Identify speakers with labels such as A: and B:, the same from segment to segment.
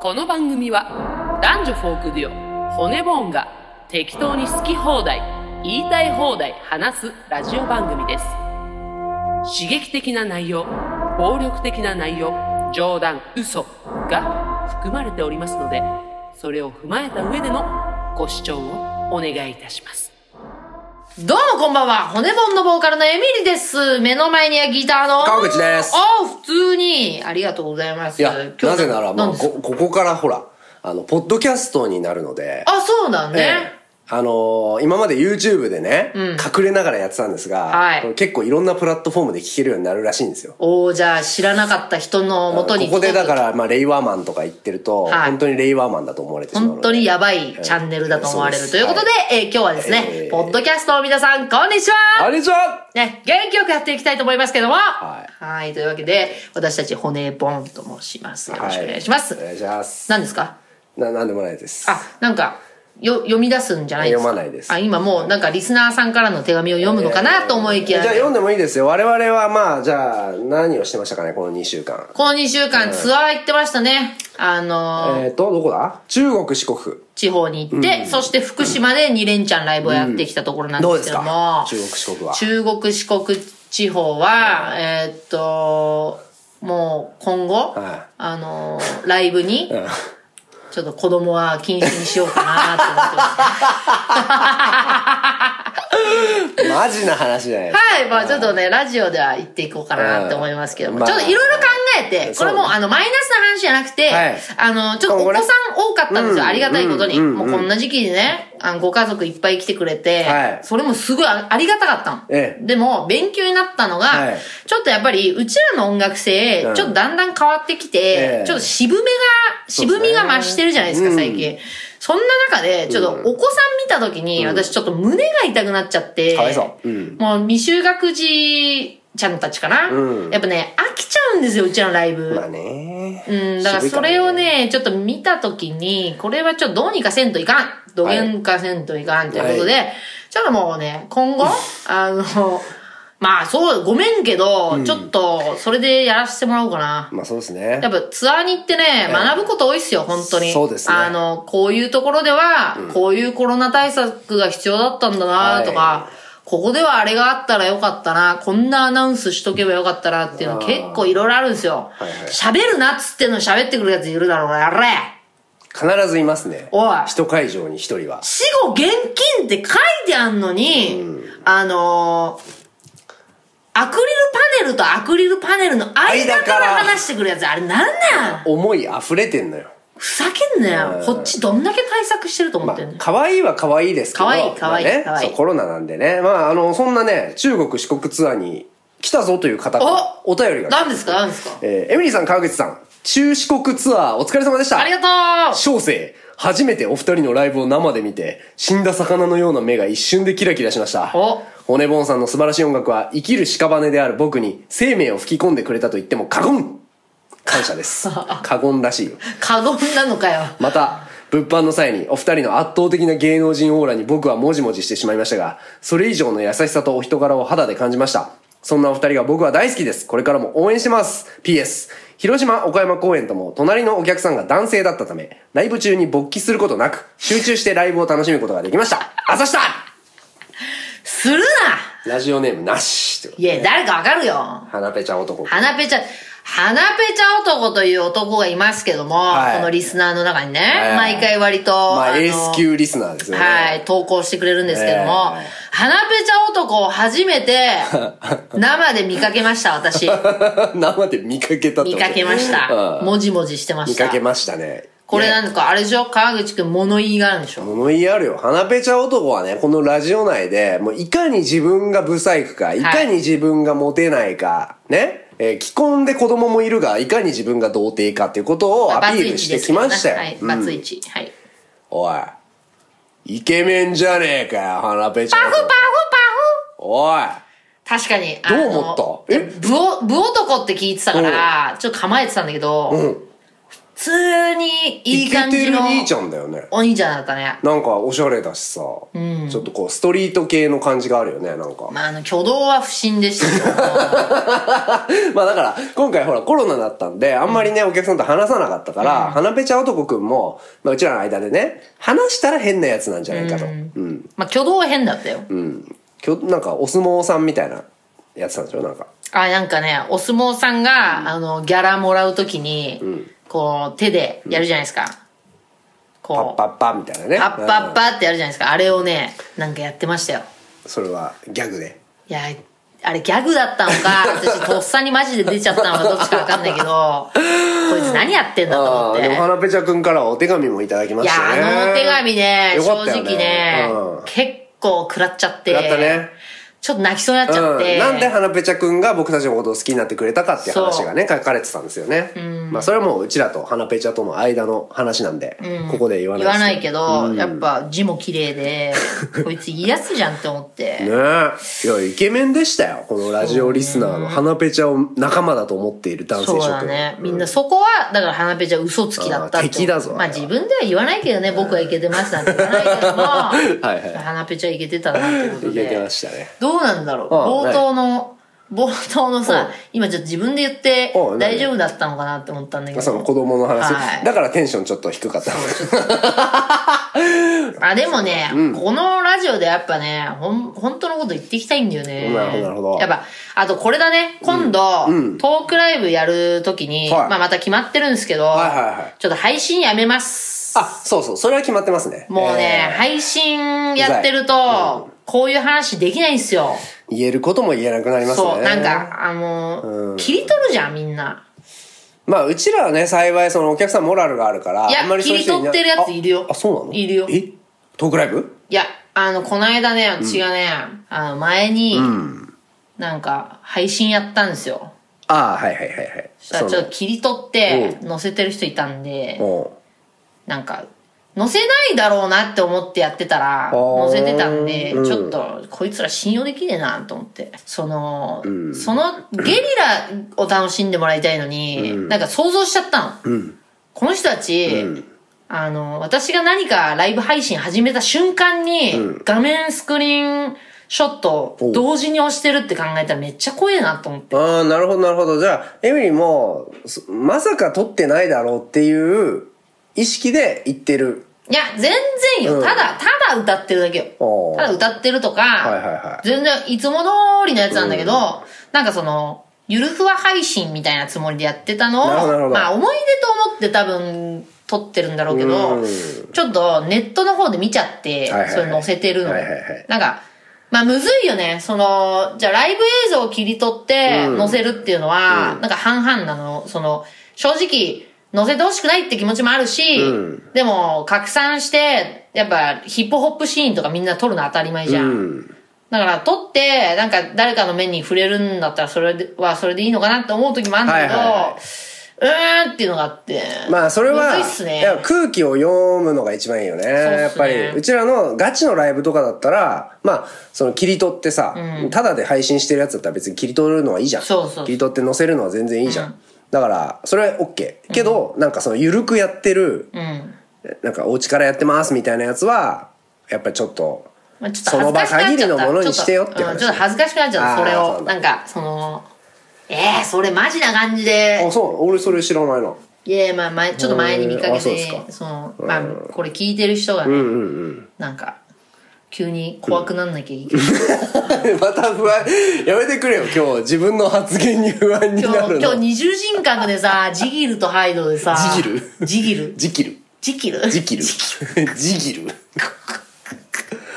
A: この番組は男女フォークデュオ骨ボーンが適当に好き放題言いたい放題話すラジオ番組です刺激的な内容暴力的な内容冗談嘘が含まれておりますのでそれを踏まえた上でのご視聴をお願いいたします
B: どうもこんばんは、骨盆のボーカルのエミリです。目の前にはギターの。
C: 川口です
B: ああ、普通に。ありがとうございます。
C: いや、なぜなら、まあ、
B: 何です
C: こ、
B: か
C: ここからほら、あの、ポッドキャストになるので、
B: あ、そうだね。
C: あのー今まで YouTube でね、
B: うん
C: 隠れながらやってたんですが、
B: はい
C: これ結構いろんなプラットフォームで聴けるようになるらしいんですよ。
B: おおじゃあ知らなかった人の元に。
C: ここでだからら、まあ、レイワーマンとか言ってると、
B: はい
C: 本当にレイワーマンだと思われてしまうので。
B: 本当にやばいチャンネルだと思われるということで、えー今日はですね、
C: えー
B: ポッドキャストの皆さん、こんにちは
C: あれじゃ
B: ね、元気よくやっていきたいと思いますけども。はいい。というわけで、私たち骨盆と申します。よろしくお願いします。
C: お願いします。
B: 何ですか
C: な、なんでもないです。
B: あ、なんか、よ、読み出すんじゃないですか
C: 読まないです
B: あ、今もうなんかリスナーさんからの手紙を読むのかなと思いき
C: じゃ
B: や。
C: あ読んでもいいですよ。我々はまあ、じゃあ、何をしてましたかね、この2週間。
B: この2週間ツアー行ってましたね。あのー
C: えっ、と、どこだ中国、四国。
B: 地方に行って、そして福島で2連チャンライブをやってきたところなん
C: どう
B: で
C: ですす
B: けど
C: か
B: も。
C: 中国、四国は。
B: 中国、四国地方は、えーっと、もう今後、
C: はい
B: あのーライブに、
C: うん
B: ちょっと子供は禁止にしようかなと思ってます。
C: マジな話じゃないですか。
B: はい、まあちょっとね、ラジオでは言っていこうかなって思いますけども、
C: まあ
B: ちょっといろいろ考えて、こ
C: そう
B: れもうあの、マイナスな話じゃなくて、
C: はい
B: あの、ちょっとお子さん多かったんですよ、
C: うん
B: ありがたいことに。
C: うんうん
B: もうこんな時期にね、あのご家族いっぱい来てくれて、
C: はい
B: それもすごいあありがたかったの。
C: ええ
B: でも、勉強になったのが、
C: はい
B: ちょっとやっぱり、うちらの音楽性、
C: うん
B: ちょっとだんだん変わってきて、
C: ええ
B: ちょっと渋めが、
C: うです
B: 渋
C: ね
B: みが増してるじゃないですか、
C: うん
B: 最近。そんな中で、ちょっとお子さん見た時に、私ちょっと胸が痛くなっちゃって、
C: かわいそううん
B: もう未就学児ちゃんたちかな、
C: うん
B: やっぱね、飽きちゃうんですよ、うちらのライブ。
C: まあね。
B: うん、だからそれをね、ちょっと見たときに、これはちょっとどうにかせんといかん。どげんかせんといかんということで、ちょっともうね、今 後、あの、まあそう、ごめんけど、ちょっと、それでやらせてもらおうかな。
C: まあそうですね
B: や。っぱツアーに行ってね、
C: え
B: 学ぶこと多いっすよ、本当に。
C: そうですね
B: あの、こういうところでは、こういうコロナ対策が必要だったんだなとか、
C: は
B: ここではあれがあったらよかったな、こんなアナウンスしとけばよかったなっていうの
C: あー
B: 結構いろいろあるんですよ
C: はいはい。
B: 喋、るなっつってんのに喋ってくるやついるだろうが、やれ
C: 必ずいますね。
B: おい
C: 一会場に一人は。
B: 死後現金って書いてあんのに、あのーアクリルパネルとアクリルパネルの間
C: 間
B: か
C: からら
B: 話してくるやつ、あれなんなん
C: 思い溢れてんのよ。
B: ふざけんなよ。こっちどんだけ対策してると思
C: ま
B: ってんの、
C: あ、可愛いは可愛いですけど。
B: 可愛い可愛い
C: まあね
B: 可愛い
C: そうコロナなんでね。まあ、あの、そんなね、中国、四国ツアーに来たぞという方からお便りが。
B: 何ですか何ですか
C: えーエミリーさん、川口さん、中四国ツアーお疲れ様でした。
B: ありがと
C: 小生、初めてお二人のライブを生で見て、死んだ魚のような目が一瞬でキラキラしました
B: お。
C: 骨ボンさんの素晴らしい音楽は、生きる屍である僕に生命を吹き込んでくれたと言っても過言感謝です。過言らしいよ。
B: う過言なのかよ。
C: また、物販の際にお二人の圧倒的な芸能人オーラに僕はもじもじしてしまいましたが、それ以上の優しさとお人柄を肌で感じました。そんなお二人が僕は大好きです。これからも応援してます。PS、広島岡山公演とも隣のお客さんが男性だったため、ライブ中に勃起することなく、集中してライブを楽しむことができました。朝下
B: するな
C: ラジオネームなしってこと
B: いや、誰かわかるよ。
C: 花ペちゃん男。
B: 花ペチャ、花ペチャ男という男がいますけども、
C: はい
B: このリスナーの中にね、
C: はい
B: 毎回割と、
C: まあ、
B: の
C: エース級リスナーですよね。
B: はい、投稿してくれるんですけども、
C: ええ
B: 花ペチャ男を初めて、 生で見かけました、私。
C: 生で見かけたってこと
B: 見かけまし
C: あ
B: た。
C: あ
B: もじもじしてま
C: 見
B: した。
C: かけましたね。
B: これなんか、あれでしょ川口くん物言いがあるんでしょ
C: 物言いあるよ。花ペチャ男はね、このラジオ内で、もういかに自分がブサイクか、いかに自分がモテないか、ね。えー既婚で子供もいるが、いかに自分が童貞かっていうことをアピールしてきましたよ。
B: はい、
C: う
B: バ
C: ん
B: ツイチ。はい。
C: おい。イケメンじゃねえかよ、花ペチャ
B: パフパフ
C: 男
B: パフ
C: おい。
B: 確かに。
C: どう思った
B: え
C: え
B: ぶお、ぶ男って聞いてたから、ちょっと構えてたんだけど、
C: ん
B: 普通にいい感
C: イケ
B: じ
C: てる
B: の
C: 兄ちゃんだよね。
B: お兄ちゃんだったね。
C: なんかおしゃれだしさ、ちょっとこうストリート系の感じがあるよね、なんか。
B: まあ、あの、挙動は不審でしたよ。
C: まあだから、今回ほらコロナだったんで、あんまりね、お客さんと話さなかったから、花ペチャ男くんも、まあうちらの間でね、話したら変なやつなんじゃないかと。うん。
B: まあ、挙動は変だったよ。
C: うん。きょなんかお相撲さんみたいなやつなんでしょ、なんか。
B: あ、なんかね、お相撲さんが、あの、ギャラもらうときに、こう、手でやるじゃないですか。
C: パッ
B: こう
C: パ、ッパみたいなね。
B: パッパッ
C: うん
B: パってやるじゃないですか。あれをね、なんかやってましたよ。
C: それはギャグで。
B: いや、あれギャグだったのか、私、とっさにマジで出ちゃったのか、どっちかわかんないけど、こいつ何やってんだと
C: あ
B: 思って。
C: あ、でも花ペチャくんからはお手紙もいただきま
B: い
C: し
B: や、
C: たね。
B: あのお手紙ね、
C: よか
B: 正
C: ったよ
B: 直ね、
C: うん
B: 結構食らっちゃって。
C: 食らったね
B: ちょっと泣きそうになっちゃって。
C: うん、なんで花ペチャくんが僕たちのことを好きになってくれたかっていう話がね書かれてたんですよね、まあそれはもううちらと花ペチャとの間の話なんで、ここで言わない
B: 言
C: です
B: わないけど、やっぱ字も綺麗で、こいついいやつじゃんって思って。
C: ねえいやイケメンでしたよこのラジオリスナーの花ペチャを仲間だと思っている男性
B: そ
C: 諸
B: う
C: 君
B: だね。みんなそこは、だから花ペチャ嘘つきだったって
C: あー敵だぞ
B: まあ自分では言わないけどね、僕はいけてますなんて言わないけども、
C: いはい
B: 花ペチャいけてたなってこと
C: いけてま
B: で。
C: したね
B: どうなんだろう
C: ああ
B: 冒頭の、冒頭の
C: うん
B: さ、今ちょっと自分で言って
C: ああない
B: 大丈夫だったのかなって思ったんだけど。
C: その子供の話、
B: はい
C: だからテンションちょっと低かった
B: あ、でもね、このラジオでやっぱね、ほん、本当のこと言っていきたいんだよね。
C: なるほどなるほど
B: やっぱ、あとこれだね、今度、トークライブやるときに、
C: はい
B: まあまた決まってるんですけど、
C: はいはいはい
B: ちょっと配信やめます。
C: あそうそうそれは決まってますね
B: もうね、
C: えー
B: 配信やってると、こういう話できないんですよ。
C: 言えることも言えなくなりますね
B: そう、なんか、あの、切り取るじゃん、みんな。
C: まあ、うちらはね、幸い、その、お客さんモラルがあるから、
B: いや
C: あんまりそういう人いな
B: 切り取ってるやついるよ
C: あ、あそうなの
B: いるよ
C: えトークライブ
B: いや、あの、この間ね、違うね、あの、前に、なんか、配信やったんですよ。
C: ああ、はいはいはいはい。
B: さ
C: の
B: ちょっと切り取って
C: う
B: 載せてる人いたんで、
C: うん
B: なんか載せないだろうなって思ってやってたら
C: ー
B: 載せてたんで、
C: うん
B: ちょっとこいつら信用できねえなと思ってその、そのゲリラを楽しんでもらいたいのに、なんか想像しちゃったの、この人たち、あの私が何かライブ配信始めた瞬間に、画面スクリーンショットを同時に押してるって考えたらめっちゃ怖えなと思って。
C: ああ、なるほどなるほど。じゃあ、エミリーも、そまさか撮ってないだろうっていう意識で言ってる。
B: いや、全然よ。
C: うん
B: ただ、ただ歌ってるだけよ
C: おー。
B: ただ歌ってるとか、
C: いはいはい
B: 全然いつも通りのやつなんだけど、なんかその、ゆるふわ配信みたいなつもりでやってたの
C: なるほどなるほ
B: を、
C: ど
B: まあ思い出と思って多分撮ってるんだろうけ
C: う
B: ど
C: ん、
B: ちょっとネットの方で見ちゃって、
C: はいはいはい
B: それ載せてるの。
C: はいはいはい
B: なんか、まあむずいよね。その、じゃあライブ映像を切り取って載せるっていうのは、なんか半々なの。その、正直、載せてほしくないって気持ちもあるし、
C: うん
B: でも拡散して、やっぱヒップホップシーンとかみんな撮るの当たり前じゃ。
C: うんん。
B: だから撮って、なんか誰かの目に触れるんだったらそれではそれでいいのかなって思う時もあるんだけど、
C: はいは
B: うーんっていうのがあって。
C: まあ、それは、
B: むずいっすね
C: い。や空気を読むのが一番いいよね。やっぱり、うちらのガチのライブとかだったら、まあ、その切り取ってさ、ただで配信してるやつだったら別に切り取るのはいいじゃん。
B: そうそう
C: 切り取って載せるのは全然いいじゃん。だから、それは OK。けど、なんかその、ゆるくやってる、
B: うん。
C: なんかお家からやってますみたいなやつは、やっぱちょっと、
B: まあ、ちょっと恥ずかしくなっちゃ
C: その場限り
B: った。
C: のものにしてよって
B: ちょっと,、
C: 話
B: うん、ちょっと恥ずかしくなっちゃっ
C: あ
B: た、そ
C: ー
B: れ
C: そ
B: を。
C: うだ
B: なんか、その、ええー、それマジな感じで
C: あ、、そう、俺それ知らない な。
B: いやまあ前、ちょっと前に見か
C: うん
B: け
C: あそうですか
B: て、その、まあ、これ聞いてる人がね、
C: うんうん。
B: なんか、急に怖くなんなきゃいけない。
C: また不安、やめてくれよ、今日。自分の発言に不安に
B: 今
C: な
B: 日、
C: る
B: 今日
C: の。
B: 二重人格でさ、ジギルとハイドでさ、
C: ジギル
B: ジギル
C: ジキル。
B: ジキル
C: ジキル。 ジ ギル。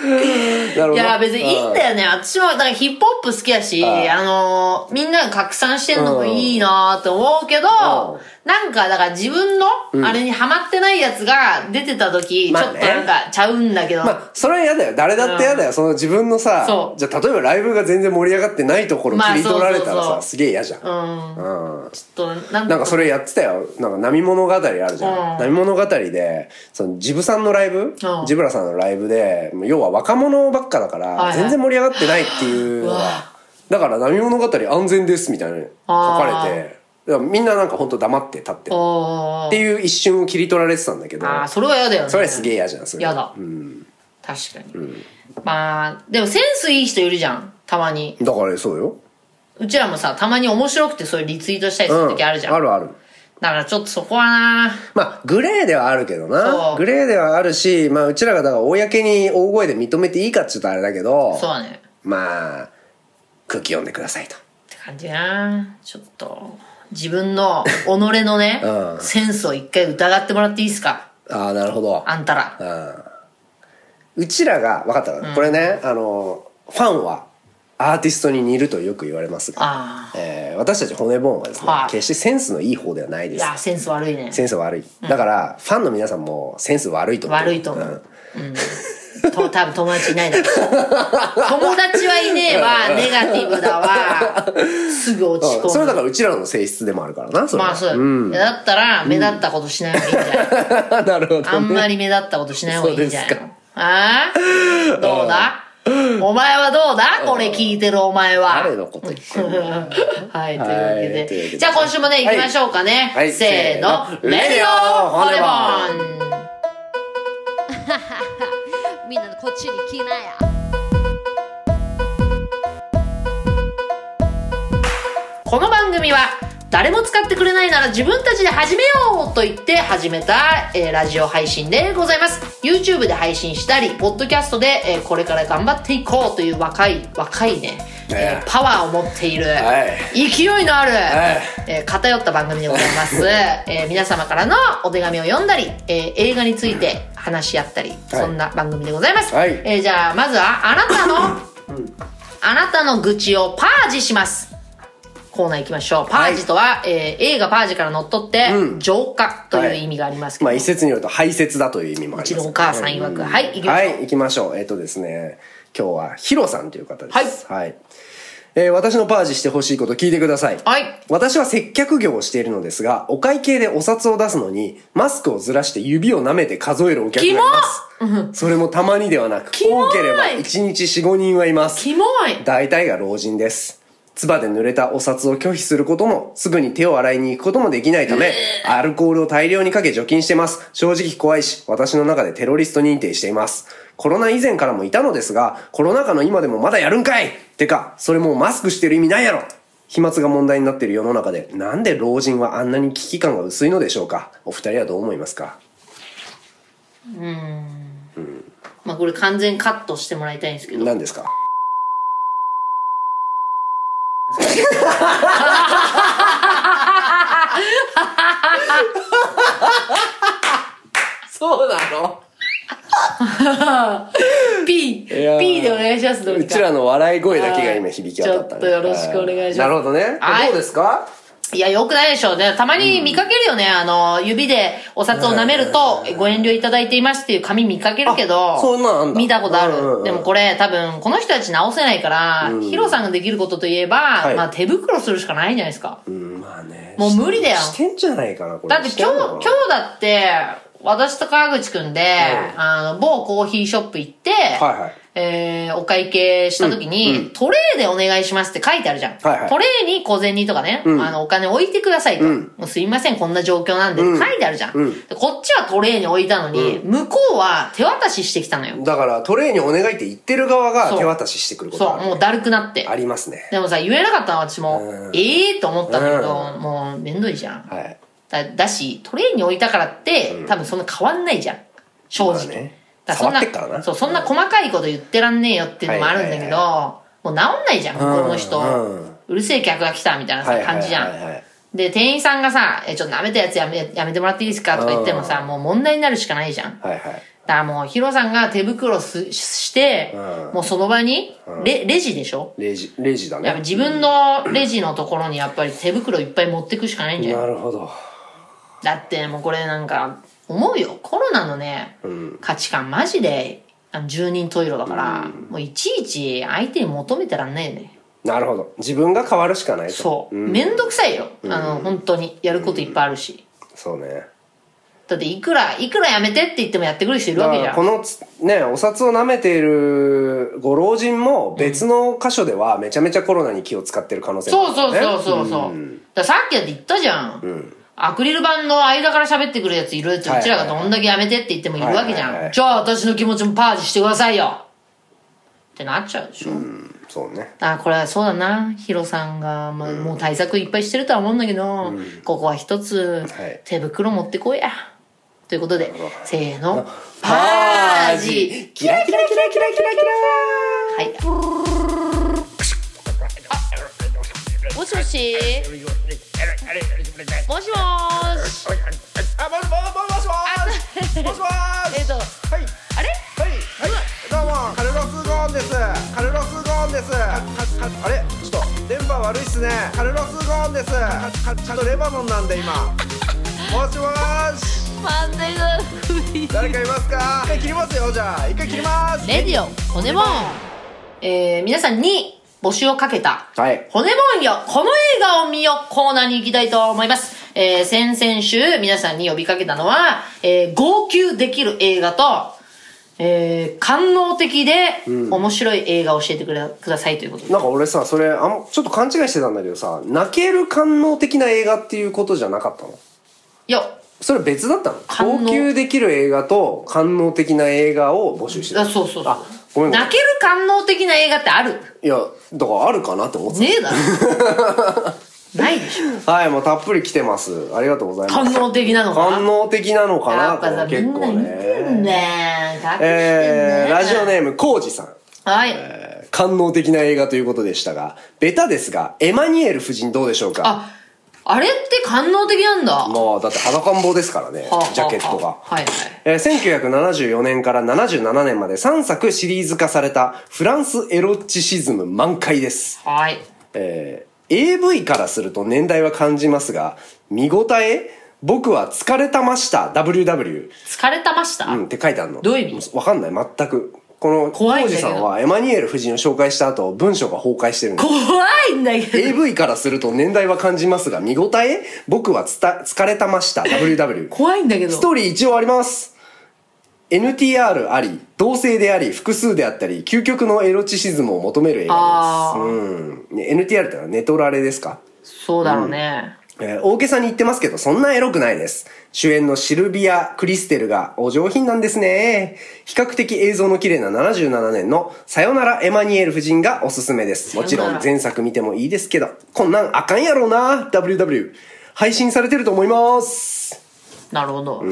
C: なるほど。
B: いや、別にいいんだよね。私も、だからヒップホップ好きやし、
C: あ
B: あのーみんなが拡散してんのもいいなと思うけど、なんか、だから自分の、あれにハマってないやつが出てた時、
C: ま
B: ちょ
C: あ
B: っ
C: ね
B: となんかちゃうんだけど、
C: まあ、それは嫌だよ。誰だって嫌だよ。その自分のさ
B: そ、う
C: じゃあ例えばライブが全然盛り上がってないところ
B: まあ
C: 切り取られた
B: そ
C: ら
B: うそうそ
C: さ、
B: う
C: すげえ嫌じゃん。
B: うん、
C: うん。
B: ちょっと、なん
C: なんかそ
B: れ、
C: れやってたよ。なんか波物語あるじゃん。
B: うん
C: 波物語で、そのジブさんのライブ、
B: うん
C: ジブラさんのライブで、もう要は若者ばっかだから、
B: いはい
C: 全然盛り上がってないっていうの
B: うわ
C: が、だから波物語安全ですみたいなの書かれて、だからみんななんか本当黙って立ってる
B: お
C: っていう一瞬を切り取られてたんだけど
B: ああ、それは嫌だよね。
C: それはすげえ嫌じゃんそれ
B: 嫌だ
C: うん、
B: 確かに。まあ、でもセンスいい人いるじゃん。たまに。
C: だからそうよ、
B: うちらもさ、たまに面白くてそういうリツイートしたりす
C: う
B: る
C: ん、
B: 時あるじゃん。
C: あるある
B: だからちょっとそこはな
C: まあ、グレーではあるけど
B: そ
C: な。
B: う
C: グレーではあるし、まあ、うちらがだから、公に大声で認めていいかって言うとあれだけど、
B: そうだね。
C: まあ、空気読んでくださいと。
B: って感じなちょっと、自分の、己のね、
C: うん
B: センスを一回疑ってもらっていいですか
C: ああ、なるほど。
B: あんたら。
C: うちらが、分かったかな、これね、あの、ファンはアーティストに似るとよく言われますが、
B: あ
C: えー私たち骨ボーンはですね、
B: はい
C: 決してセンスのいい方ではない
B: あ。
C: で
B: い
C: す。
B: や、センス悪いね。
C: センス悪い。だから、ファンの皆さんもセンス悪いと思う。
B: 悪いと思うんと多分友達い ないだろう友達はいねえわネガティブだわすぐ落ち込
C: うん
B: む
C: それはだからうちらの性質でもあるからな、それは
B: まあそうだ,、だったら目立ったことしない方がいいんじゃない、
C: なるほど、ね。
B: あんまり目立ったことしない方がいいんじゃない
C: そうで
B: のああどうだお前はどうだこれ聞いてるお前は。
C: 誰のこと言ってんの
B: はい、というわけ
C: はいというわけ
B: で。
C: で
B: じゃあ今週もね、行きましょうかね。
C: はい
B: せーの、
C: レディオホネボ
B: ン
D: みんなこっちに来なや
B: この番組は誰も使ってくれないなら自分たちで始めようと言って始めた、えーラジオ配信でございます YouTube で配信したりポッドキャストで、えーこれから頑張っていこうという若い若いね、えー
C: ええ
B: パワーを持っている、
C: は
B: 勢いのある、
C: え
B: えー偏った番組でござい ます、えー皆様からのお手紙を読んだり、えー映画について話し合ったり、そんな番組でございます、
C: はい
B: えーじゃあまずはあなたのあなたの愚痴をパージします。コーナー行きましょう。パージとは、えー映画パージから乗っ取って、
C: うん
B: 浄化という
C: はい
B: 意味がありますけど。
C: まあ一説によると排泄だという意味もあ
B: う
C: り
B: ち
C: ます
B: のお母さん曰く。はい、行きま
C: は
B: しょう。
C: い行きましょうえっ、とですね今日はヒロさんという方ですはい、えー私のパージしてほしいこと聞いてください
B: はい
C: 私は接客業をしているのですがお会計でお札を出すのにマスクをずらして指を舐めて数えるお客がいますそれもたまにではなく
B: キモい
C: 多ければ1日45人はいます
B: キモい
C: 大体が老人です。唾で濡れたお札を拒否することも、すぐに手を洗いに行くこともできないため、アルコールを大量にかけ除菌してます。正直怖いし、私の中でテロリスト認定しています。コロナ以前からもいたのですが、コロナ禍の今でもまだやるんかいてか、それもうマスクしてる意味ないやろ飛沫が問題になっている世の中で、なんで老人はあんなに危機感が薄いのでしょうかお二人はどう思いますか
B: まあこれ完全カットしてもらいたいんですけど。
C: 何です かそうなの
B: P!
C: いやー
B: P でお願いします、どう
C: う
B: にか
C: ちらの笑い声だけが今響き渡った、
B: ちょっとよろしくお願いします
C: なるほどね。
B: はい
C: どうですか
B: いや、よくないでしょうね。たまに見かけるよね。あの、指でお札を舐めると、ご遠慮いただいていますっていう紙見かけるけど、
C: あそんなんあんだ
B: 見たことある。
C: うんうんうん
B: でもこれ、多分、この人たち直せないから、ヒロさんができることといえば、
C: い
B: まあ手袋するしかないんじゃないですか。
C: うん、まあね。
B: もう無理だよ
C: してんじゃないかな、これ。
B: だって今日、今日だって、私と川口くんで、
C: うん
B: あの、某コーヒーショップ行って、
C: はいはい
B: えーお会計した時に、トレイでお願いしますって書いてあるじゃん。
C: はいはい
B: トレイに小銭とかね、あの、お金置いてくださいと。
C: ん
B: もうすいません、こんな状況なんで、
C: うん
B: 書いてあるじゃん、
C: うん
B: でこっちはトレイに置いたのに、向こうは手渡ししてきたのよ。
C: だからトレーにお願いって言ってる側が
B: そう
C: 手渡ししてくること
B: そ
C: が
B: う、
C: あ
B: も
C: る
B: うだるくなって
C: あ。りますね。
B: でもさ、言えなかったの私も、
C: うん
B: ええー、と思ったんだけど、もうめんどいじゃん。
C: はい。
B: だだしトレイに置いたからって、多分そんな変わんないじゃん正直、
C: まあね
B: だからそんな
C: 触ってっからな
B: そうそんな細かいこと言ってらんねえよっていうのもあるんだけど、
C: は
B: もう治んないじゃん、この人、
C: うん
B: うるせえ客が来たみたいなさ、
C: はいはいはい
B: 感
C: はい
B: じじゃん、で店員さんがさ「えちょっと舐めたやつやめやめてもらっていいですか?」とか言ってもさ、もう問題になるしかないじゃんだ
C: はいはい。
B: からもうヒロさんが手袋すして、
C: うん
B: もうその場に、レレジでしょ
C: レジ、レジだね。
B: やっぱ自分のレジのところにやっぱり手袋いっぱい持ってくしかないんじゃない
C: なるほど。
B: だってもうこれなんか思うよコロナのね、価値観マジであの十人十色だから、もういちいち相手に求めてらんないよね
C: なるほど。自分が変わるしかないと。
B: そう
C: うん
B: 面倒、くさいよ、あの本当にやることいっぱいあるし、
C: そうね。
B: だっていくら、いくらやめてって言ってもやってくる人いる
C: だ
B: わ
C: か
B: けじ
C: ら
B: ゃ
C: こ
B: ん。
C: のつねお札を舐めているご老人も別の箇所ではめちゃめちゃコロナに気を使ってる可能性もあ
B: そう
C: るか
B: そ
C: ら
B: うそう
C: ね
B: そうそう。だからさっきだって言ったじゃん。アクリル板の間から喋ってくるやついるって、
C: はいう
B: ちらがどんだけやめてって言ってもいるわけじ
C: はいはい
B: ゃ
C: は
B: ん。
C: い
B: じゃあ私の気持ちもパージしてくださいよってなっちゃうでしょ。
C: うんそうね
B: あこれはそうだなヒロさんが、まあもう対策いっぱいしてるとは思うんだけど、ここは一つ、
C: はい
B: 手袋持ってこいやということでせーのパ
C: パ
B: ー
C: ー
B: ジ
C: ジキラキラキラキラキラキラ
B: はい
D: もしもしもしもーし
E: あ、もしもしもしもしもしもし
D: えっと
E: はい
D: あれ
E: はいはいどうもカルロス・ゴーンですカルロス・ゴーンですかかあれちょっと電波悪いっすねカルロス・ゴーンですかちょっとレバノンなんで今もしもし
D: 漫才の首
E: 誰かいますか一回切りますよじゃあ一回切ります
D: レディオ骨もん
B: えー皆さんに募集をかけた、
C: はい
B: 骨もんよこの映画を見よコーナーに行きたいと思います。えー先々週皆さんに呼びかけたのは、えー号泣できる映画と、えー官能的で面白い映画を教えてくれくださいということで。
C: なんか俺さそれあんちょっと勘違いしてたんだけどさ泣ける官能的な映画っていうことじゃなかったの
B: いや、
C: それ別だったの
B: 官能
C: 高級できる映画と官能的な映画を募集してた
B: あそうそうそう
C: あごめんごめん
B: 泣ける官能的な映画ってある
C: いやだからあるかなって思ってた
B: ねえだ ろ。ないでしょ。
C: はい、もうたっぷり来てます。ありがとうございます。
B: 官能的なのかな
C: 官能的なのか
B: や
C: な
B: っぱさ、
C: これ
B: み
C: 結
B: んな
C: 構
B: 見てん
C: ね。
B: ね隠してんね
C: えー、ラジオネーム、コウジさん。
B: はい。
C: えー官能的な映画ということでしたが、ベタですが、エマニュエル夫人どうでしょうか
B: あ、あれって官能的なんだ。は
C: まあ、だって裸ん坊ですからね
B: あはあは、あ
C: ジャケットが。
B: はいはい。
C: えー1974年から77年まで3作シリーズ化されたフランスエロチシズム満開です。
B: はい。
C: えー AV からすると年代は感じますが、見応え僕は疲れたました、WW。
B: 疲れたました、
C: うん、って書いてあるの。
B: どういう意味
C: わかんない、全く。この、
B: 怖いん
C: 王
B: だけ
C: 子
B: ど
C: さんはエマニュエル夫人を紹介した後、文章が崩壊してるの。
B: 怖いんだけど。
C: AV からすると年代は感じますが、見応え僕はつた疲れたました、WW。
B: 怖いんだけど。
C: ストーリー一応あります。NTR あり、同性であり、複数であったり、究極のエロチシズムを求める映画
B: あ
C: です。
B: ー
C: うん。ね NTR ってのはネトラレですか
B: そうだろうね。
C: えー大げさに言ってますけど、そんなエロくないです。主演のシルビア・クリステルがお上品なんですね。比較的映像の綺麗な77年のさよならエマニュエル夫人がおすすめです。もちろ
B: さよなんら
C: 前作見てもいいですけど、こんなんあかんやろうな、WW。配信されてると思います。
B: なるほど。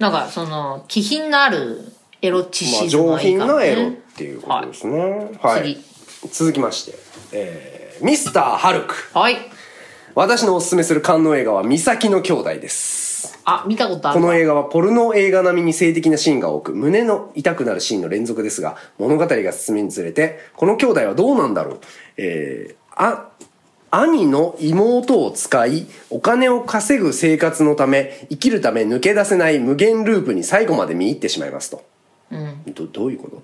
B: なんか、その、気品のあるエロ知
C: まあ、
B: 識
C: 上
B: のいい
C: 品
B: かも
C: な
B: ね
C: エロっていうことですね。はい。
B: 次
C: 続きまして、えー、ミスター・ハルク。
B: はい。
C: 私のおすすめする観音映画は、三崎の兄弟です。
B: あ、見たことあ
C: こ
B: る。
C: の映画はポルノ映画並みに性的なシーンが多く、胸の痛くなるシーンの連続ですが、物語が進むにつれて、この兄弟はどうなんだろう。えーあ、兄の妹を使い、お金を稼ぐ生活のため、生きるため抜け出せない無限ループに最後まで見入ってしまいますと。ど、どういうこと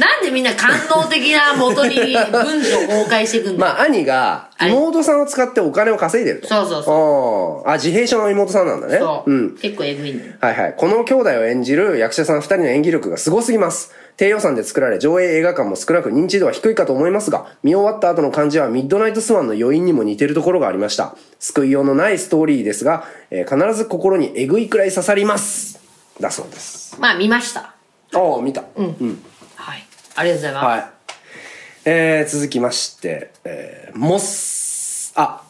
B: なんでみんな官能的な元に文章を崩壊していくんだよ
C: まあ、兄が
B: あれ
C: 妹さんを使ってお金を稼いでると。
B: そうそう
C: そう。あ、自閉症の妹さんなんだね。
B: そう、
C: うん。
B: 結構エグいんだよ。
C: はいはい。この兄弟を演じる役者さん2人の演技力がすごすぎます。低予算で作られ、上映映画館も少なく認知度は低いかと思いますが、見終わった後の感じはミッドナイトスワンの余韻にも似てるところがありました。救いようのないストーリーですが、えー必ず心にえぐいくらい刺さります。だそうです。
B: まあ、見ました。
C: ああ、見た。
B: はい。ありがとうございます。
C: はい。えー、続きまして、えー、モッ、あ、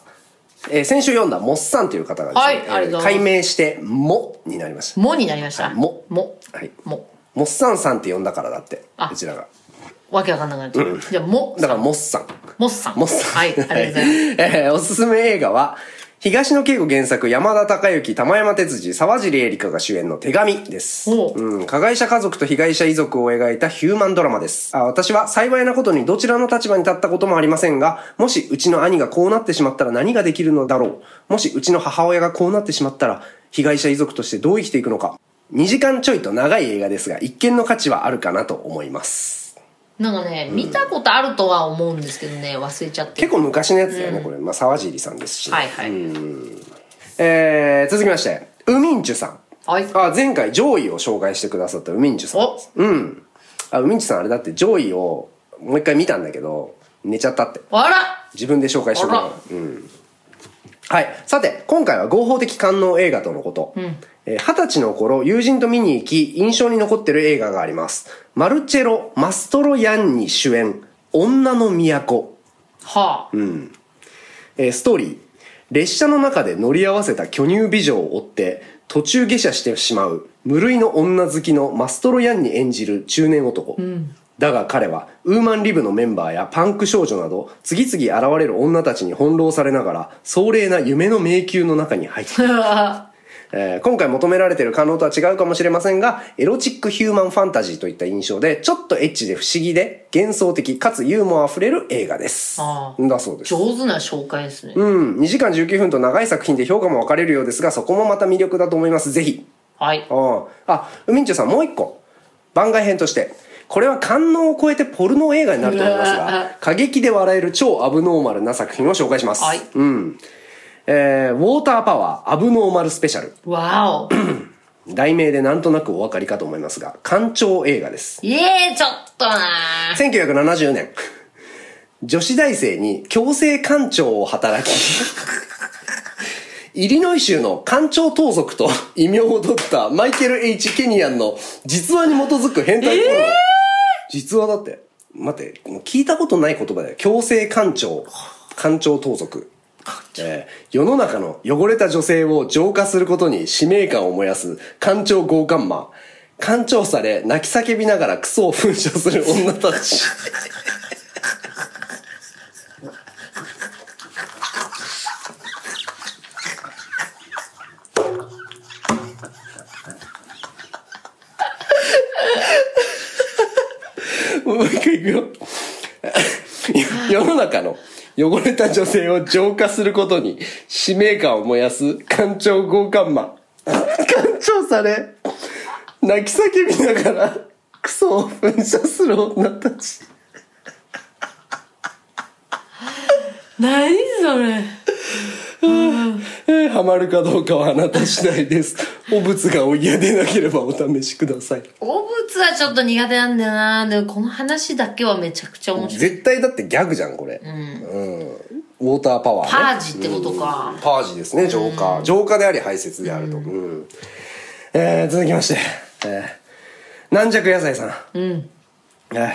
C: えー先週読んだモッさんという方がですね、
B: はいありがとうござい
C: 解
B: ます
C: 明して、モになりました。
B: もになりました。
C: はいも
B: も。
C: はい。
B: も。
C: モッサンさんって呼んだからだって
B: あ。
C: うちらが。
B: わけわかんなくなっちゃう。じゃあ、も。
C: だからモッサン。
B: もっさん。
C: モッサン。
B: はい。ありがとうございます。
C: えーおすすめ映画は、東野圭吾原作、山田孝之、玉山哲司、沢尻エリカが主演の手紙です。
B: おう
C: うん、加害者家族と被害者遺族を描いたヒューマンドラマです。あ私は幸いなことにどちらの立場に立ったこともありませんが、もしうちの兄がこうなってしまったら何ができるのだろう。もしうちの母親がこうなってしまったら、被害者遺族としてどう生きていくのか。2時間ちょいと長い映画ですが、一見の価値はあるかなと思います。
B: なんかね、見たことあるとは思うんですけどね、忘れちゃって。
C: 結構昔のやつだよね、これ。まあ、沢尻さんですしね、
B: はいはい。
C: えー、続きまして、ウミンチュさん。
B: はい
C: あ、前回上位を紹介してくださったウミンチュさんです。うん。あ、ウミンチュさんあれだって上位をもう一回見たんだけど、寝ちゃったって。
B: あら
C: 自分で紹介してもら
B: あ
C: う。うん。はい。さて、今回は合法的観能映画とのこと。えー二十歳の頃、友人と見に行き、印象に残ってる映画があります。マルチェロ・マストロヤンニ主演、女の都。
B: はあ。
C: えーストーリー。列車の中で乗り合わせた巨乳美女を追って、途中下車してしまう、無類の女好きのマストロヤンに演じる中年男。だが彼は、ウーマンリブのメンバーやパンク少女など、次々現れる女たちに翻弄されながら、壮麗な夢の迷宮の中に 入っていくえー今回求められている可能とは違うかもしれませんが、エロチックヒューマンファンタジーといった印象で、ちょっとエッチで不思議で、幻想的かつユーモア溢れる映画です。
B: あー
C: だそうです。
B: 上手な紹介ですね。
C: うん、2時間19分と長い作品で評価も分かれるようですが、そこもまた魅力だと思います。ぜひ。
B: はい。
C: うんあ、ウミンチョさんもう一個。番外編として。これは官能を超えてポルノ映画になると思います
B: う
C: が
B: わ、
C: 過激で笑える超アブノーマルな作品を紹介します。
B: はい
C: うん。えー、ウォーターパワーアブノーマルスペシャル。
B: わお。
C: 題名でなんとなくお分かりかと思いますが、官庁映画です。
B: いえ、ちょっとな
C: 1970年、女子大生に強制官庁を働き、イリノイ州の官庁盗賊と異名を取ったマイケル・ H ・ケニアンの実話に基づく変態行動。実話だって。待って、もう聞いたことない言葉だよ。強制官庁、官庁盗賊。えー世の中の汚れた女性を浄化することに使命感を燃やす官庁強姦魔。官庁され、泣き叫びながらクソを噴射する女たち。 もう一回いくよ。 世の中の汚れた女性を浄化することに使命感を燃やす官庁強姦魔。官庁され、泣き叫びながらクソを噴射する女たち。
B: 何それ。
C: えーハマるかどうかはあなた次第です。お仏がお嫌でなければお試しください。
B: お物はちょっと苦手なんだよなでもこの話だけはめちゃくちゃ面白い。
C: 絶対だってギャグじゃん、これ。うん。ウォーターパワー、ね。
B: パージってことか。
C: パージですね、浄化。浄化であり排泄であると。うんえー続きまして、えー軟弱野菜さん。えー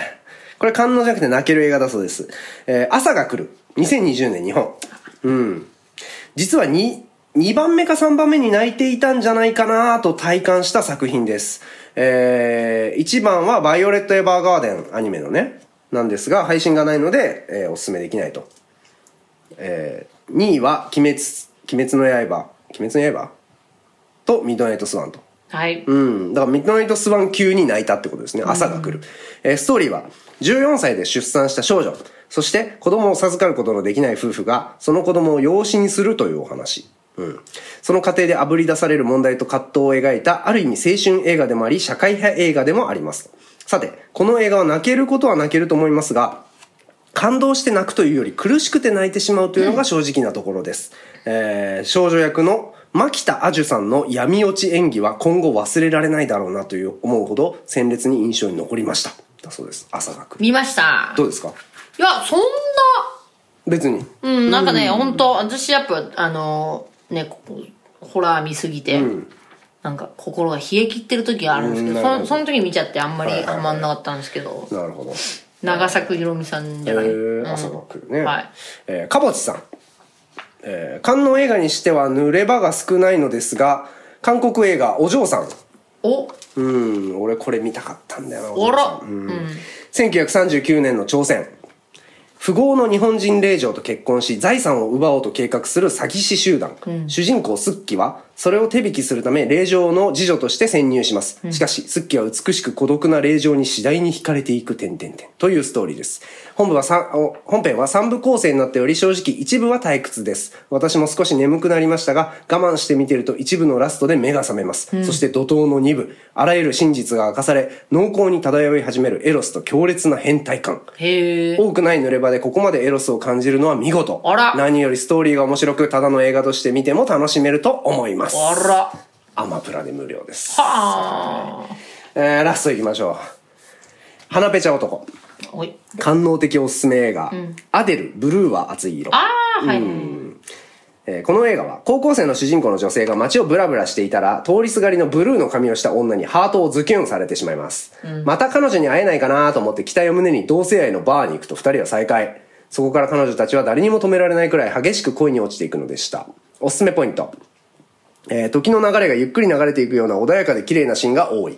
C: これ感動じゃなくて泣ける映画だそうです。えー朝が来る。2020年日本。うん。実はに2番目か3番目に泣いていたんじゃないかなと体感した作品です。え1番はバイオレット・エヴァーガーデンアニメのね、なんですが、配信がないので、えーおすすめできないと。え2位は、鬼滅、鬼滅の刃、鬼滅の刃と、ミッドナイトスワンと。
B: はい。
C: うん。だから、ミッドナイトスワン級に泣いたってことですね。朝が来る。えーストーリーは、14歳で出産した少女、そして子供を授かることのできない夫婦が、その子供を養子にするというお話。うん。その過程で炙り出される問題と葛藤を描いた、ある意味青春映画でもあり、社会派映画でもあります。さて、この映画は泣けることは泣けると思いますが、感動して泣くというより苦しくて泣いてしまうというのが正直なところです。えー少女役の牧田アジュさんの闇落ち演技は今後忘れられないだろうなという思うほど鮮烈に印象に残りました。だそうです。朝が来る。
B: 見ました。
C: どうですか
B: いや、そんな、
C: 別に。
B: うん、なんかね、ほんと、私やっぱ、あのー、ね、こホラー見すぎて、なんか心が冷え切ってる時があるんですけ
C: う
B: ど、
C: んなる
B: そ
C: ほど
B: のその時見ちゃってあんまり
C: はいはいはい
B: ハマんなかったんですけど、
C: なるほど。
B: 長作ひろみさんじゃない、
C: え
B: うん
C: ー、朝が来るね。
B: はい
C: えー、かぼちさん。えー、観音映画にしては濡れ場が少ないのですが、韓国映画お嬢さん。
B: お
C: うん、俺これ見たかったんだよな。
B: お
C: 嬢さ
B: ら、
C: ん
B: うん、
C: 1939年の朝鮮富豪の日本人令嬢と結婚し財産を奪おうと計画する詐欺師集団、主人公スッキはそれを手引きするため、霊場の次女として潜入します。しかし、スッキは美しく孤独な霊場に次第に惹かれていく点々点というストーリーです。本部は三お本編は3部構成になっており、正直一部は退屈です。私も少し眠くなりましたが、我慢して見てると一部のラストで目が覚めます。そして怒涛の2部、あらゆる真実が明かされ、濃厚に漂い始めるエロスと強烈な変態感。
B: へえ。
C: 多くない濡れ場でここまでエロスを感じるのは見事。
B: あら
C: 何よりストーリーが面白く、ただの映画として見ても楽しめると思います。
B: あら。は
C: アマプラで無料です。
B: あ。
C: えー、ラスト行きましょう。花ペチャ男。
B: おい。
C: 官能的おすすめ映画、アデル、ブルーは熱い色。
B: ああ、はい。
C: えーこの映画は高校生の主人公の女性が街をブラブラしていたら通りすがりのブルーの髪をした女にハートをズキュンされてしまいます、また彼女に会えないかなと思って期待を胸に同性愛のバーに行くと二人は再会そこから彼女たちは誰にも止められないくらい激しく恋に落ちていくのでしたおすすめポイント、えー時の流れがゆっくり流れていくような穏やかで綺麗なシーンが多い、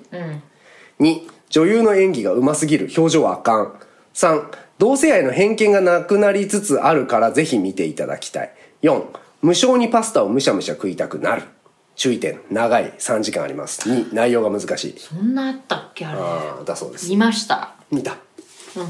C: 2女優の演技がうますぎる表情は圧巻3同性愛の偏見がなくなりつつあるからぜひ見ていただきたい4無性にパスタをむしゃむしゃ食いたくなる注意点長い3時間あります2内容が難しい
B: そんなあったっけあれ。
C: あーだそうです
B: 見ました。
C: 見た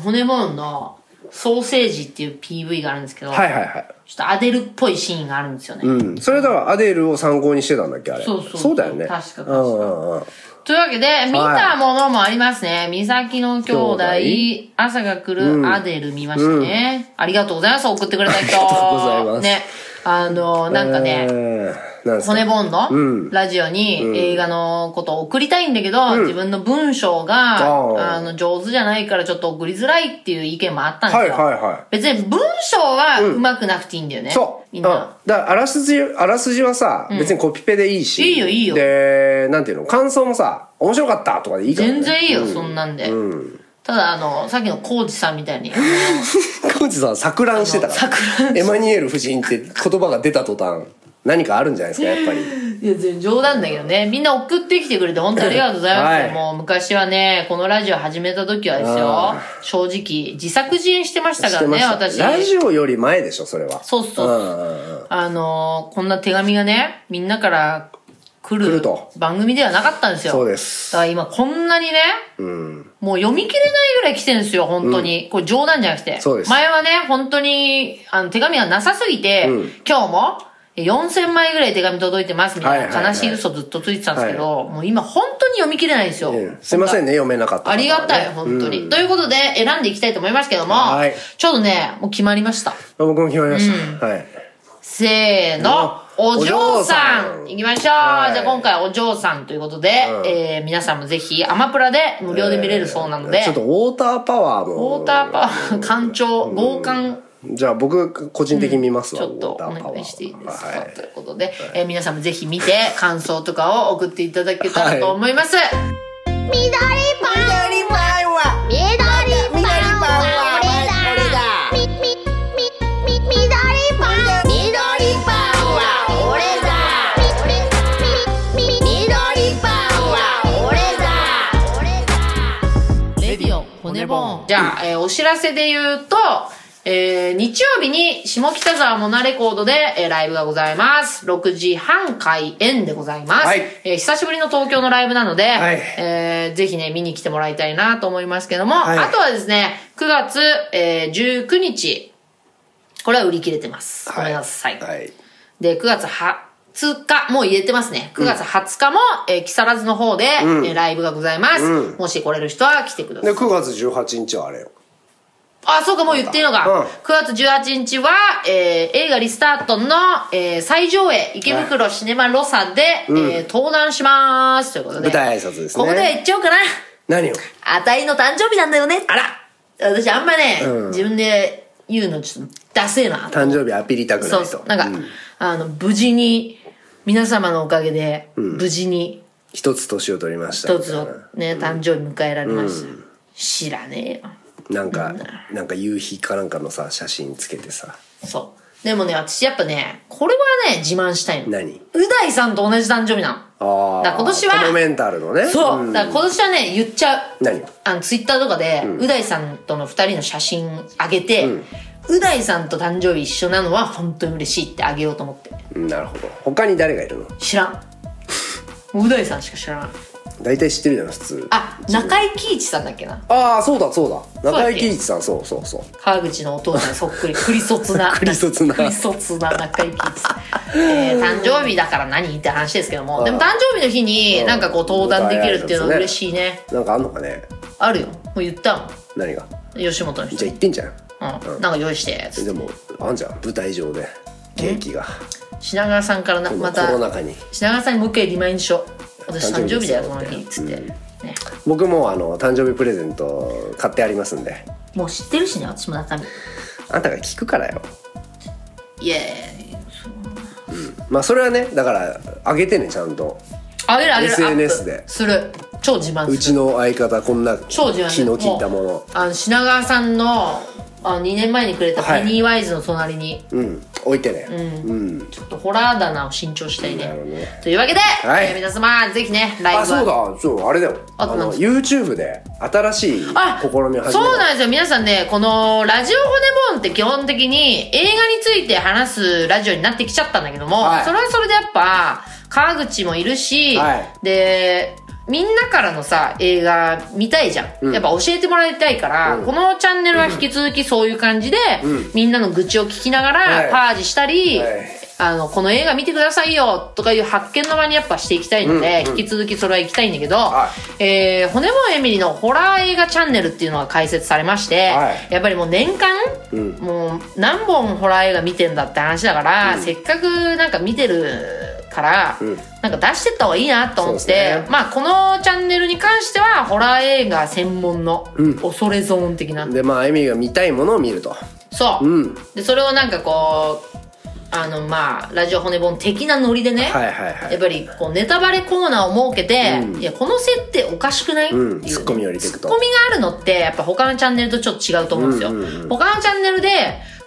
B: 骨ボーンのソーセージっていう PV があるんですけど、
C: はいはいはい
B: ちょっとアデルっぽいシーンがあるんですよね。
C: うんそれだからアデルを参考にしてたんだっけあれ
B: そうそう
C: だよね
B: 確か確
C: う
B: か
C: んうんうん
B: というわけで、見たものもありますね。三崎の兄弟、
C: 兄
B: 朝が来るアデル見ましたね、ありがとうございます、送ってくれた人。あり
C: がとうございます
B: ね。あの、なんかね、
C: えーなんですか
B: 骨ボン
C: ん
B: のラジオに映画のことを送りたいんだけど、自分の文章
C: あー
B: が、あの、上手じゃないからちょっと送りづらいっていう意見もあったんですよ。
C: はいはいはい
B: 別に文章は上手くなくていいんだよね。
C: そう。
B: みん
C: うん
B: な。
C: だからあらすじ、あらすじはさ、別にコピペでいいし。
B: いいよいいよ
C: で、なんていうの、感想もさ、面白かったとかでいいから、ね。
B: 全然いいよ、そんなんで。ただ、あの、さっきのコーチさんみたいに、
C: コウジさん、錯乱してたから。
B: あの錯乱
C: エマニュエル夫人って言葉が出た途端、何かあるんじゃないですか、やっぱり。
B: いや、全然冗談だけどね。みんな送ってきてくれて本当にありがとうございますよ。
C: はい
B: もう昔はね、このラジオ始めた時はですよ
C: あ、
B: 正直、自作自演してましたからね、
C: してまし
B: 私。
C: たラジオより前でしょ、それは。
B: そうそうそう
C: うんうんうん
B: あのーこんな手紙がね、みんなから来
C: 来
B: る
C: ると
B: 番組ではなかったんですよ。
C: そうです
B: だから今こんなにね、もう読み切れないぐらい来てるんですよ、本当に。これ冗談じゃなくて。
C: そうです
B: 前はね、本当に、あの、手紙がなさすぎて、今日も、4000枚ぐらい手紙届いてますみたい
C: はいはいは
B: ない悲しい嘘ずっとついてたんですけど、もう今本当に読み切れないんですよ。
C: ええすいませんね、読めなかった、
B: ありがたい、。本当に。ということで、選んでいきたいと思いますけども、
C: はい
B: ちょうどね、もう決まりました。
C: 僕も決まりました。はい。
B: せーの、
C: お
B: お嬢さ
C: お嬢さん
B: ん行きましょう、
C: はい
B: じゃあ今回はお嬢さんということで、
C: うん
B: えー、皆さんもぜひアマプラで無料で見れるそうなので、
C: ちょっとウォーターパワー
B: ウ
C: も。
B: ォーターパワー、干潮、豪冠、
C: じゃあ僕、個人的に見ます
B: ち
C: わ、
B: ょっと
C: ウォ
B: お
C: ーターパワー
B: 願いしていいですか、
C: はい
B: ということで、えー皆さんもぜひ見て感想とかを送っていただけたらと思います。
F: 緑パン緑パンは緑パンは俺だみみみみ緑パン緑パンは俺だみみみみ緑パンは俺だ俺だ
D: レディオ骨ボーン
B: じゃあ、えーお知らせで言うと、えー日曜日に下北沢モナレコードで、えーライブがございます。6時半開演でございます。
C: はい
B: えー久しぶりの東京のライブなので、
C: はい
B: えーぜひね、見に来てもらいたいなと思いますけども、
C: はい
B: あとはですね、9月、えー19日、これは売り切れてます。ごめんなさい。
C: はい。
B: で、9月20日、もう言えてますね。9月20日も、えー木更津の方で、えーライブがございます。もし来れる人は来てください
C: で、。9月18日はあれよ。
B: あ、そうか、もう言っていいの
C: うん
B: か。9月18日は、えー映画リスタートの、えー再上映、池袋シネマロサで、えー登壇します。ということで。
C: 舞台挨拶ですね
B: ここでは言っちゃおうかな。
C: 何を
B: あたいの誕生日なんだよね。あら私あんまね、
C: うん
B: 自分で言うのちょっとダセーな。
C: 誕生日アピりたくないと。
B: そうそう。なんか、
C: うん
B: あの、無事に、皆様のおかげで、無事に、
C: 一つ年を取りました。
B: 一つのね、誕生日迎えられました。知らねえよ。
C: なんか、なんか夕日かなんかのさ、写真つけてさ。
B: そう。でもね、私やっぱね、これはね、自慢したいの。
C: 何
B: う大さんと同じ誕生日な
C: ああ。
B: だから今年は
C: このメンタルのね。
B: の。そう。
C: ん
B: だから今年はね、言っちゃう。
C: 何
B: あの、ツイッターとかで、う大さんとの二人の写真あげて、う大さんと誕生日一緒なのは本当に嬉しいってあげようと思って
C: うんなるほど他に誰がいるの
B: 知ら んもうう大さんしか知らない
C: 大体知ってるじゃん普通
B: あ中井貴一さんだっけな
C: ああそうだそうだ
B: うだっけ
C: 中井貴一さんそうそうそう
B: 川口のお父さんそ っくりクリソツな
C: クリソツな
B: クリソツな中井貴一さん、えー誕生日だから何って話ですけどもでも誕生日の日になんかこう登壇できるっていうのは嬉しいね
C: なんかあんのかね
B: あるよもう言ったもん
C: 何が
B: 吉本の人
C: じゃ
B: に
C: あ行ってんじゃん
B: うん、なんか用意して
C: でもあんじゃん舞台上でケーキが
B: 品川さんからな
C: こ
B: ま
C: のコ
B: た
C: ロナ禍に
B: 品川さんにもう一回リマインドしよう私誕生
C: 誕生
B: 日
C: 日
B: だよ
C: だよ
B: この日っつって、
C: うん
B: ね、
C: 僕もあの誕生日プレゼント買ってありますんで
B: もう知ってるしね私も中身
C: あんたが聞くからよ
B: イエーイ
C: まあそれはねだからあげてねちゃんと
B: あげるあげる
C: SNS
B: アップ
C: です
B: る超自慢する
C: うちの相方こんな気
B: 超自慢する
C: の利いたもの
B: うあの品川さんのあの2年前にくれたペニーワイズの隣に、
C: うん置いてねうん、
B: ちょっとホラー棚を新調したいね
C: なるほどね
B: というわけで、
C: はい
B: えー皆様ぜひねライ
C: あ
B: ブは
C: そうだそうあれだよ
B: あ
C: あ
B: と何
C: の YouTube で新しい試みを
B: あ
C: 始めた
B: そうなんですよ皆さんねこの「ラジオ骨ボーン」って基本的に映画について話すラジオになってきちゃったんだけども、
C: はい
B: それはそれでやっぱ川口もいるし、
C: はい
B: でみんなからのさ映画見たいじゃん、
C: ん
B: やっぱ教えてもらいたいから、このチャンネルは引き続きそういう感じで、
C: ん
B: みんなの愚痴を聞きなが
C: は
B: ら
C: い
B: パージしたり、
C: はい
B: あのこの映画見てくださいよとかいう発見の場にやっぱしていきたいので、
C: うんうん
B: 引き続きそれは行きたいんだけど、
C: は
B: えー、骨もエミリのホラー映画チャンネルっていうのが開設されまして、
C: はい
B: やっぱりもう年間、
C: うん
B: もう何本ホラー映画見てんだって話だから、せっかくなんか見てるから、
C: ん
B: なんか出してった方がいいなと思っ
C: そう
B: て、
C: ですね
B: まあこのチャンネルに関してはホラー映画専門の
C: うん
B: 恐れゾーン的な、
C: でまあエミが見たいものを見ると
B: そう、
C: うん
B: でそれをなんかこうあのまあラジオ骨本的なノリでね、
C: はいはいは
B: やっ
C: い
B: ぱりこうネタバレコーナーを設けて、
C: うん
B: いやこの設定おかしくない、
C: うん
B: っていう
C: ツッコミを入れていくと
B: ツッコミがあるのってやっぱ他のチャンネルとちょっと違うと思うんですよ、
C: うんうんうん
B: 他のチャンネルで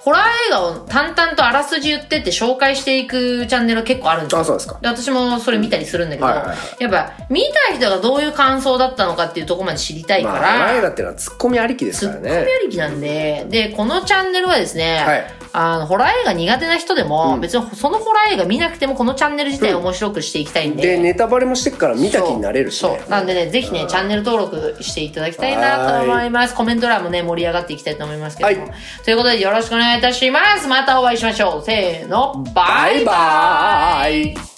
B: ホラー映画を淡々とあらすじ言ってって紹介していくチャンネル結構あるんですよ
C: あそうですか
B: で私もそれ見たりするんだけど、
C: はいはいはい
B: やっぱ見た人がどういう感想だったのかっていうところまで知りたいか
C: ま
B: ら、
C: あホラー映画っていうのはツッコミありきです
B: ツ
C: から
B: ッコ
C: ね
B: ミありきなんで、で、このチャンネルはですね、
C: はい
B: あの、ホラー映画苦手な人でも、
C: うん
B: 別にそのホラー映画見なくても、このチャンネル自体を面白くしていきたいんで。
C: でネタバレもしてっから見た気になれるし、ね、
B: そう。なんでね、ぜひね、チャンネル登録していただきたいなと思います。コメント欄もね、盛り上がっていきたいと思いますけども。
C: はい
B: ということで、よろしくお願いいたします。またお会いしましょう。せーの、バイバ
C: バイバ
B: イ
C: ーイ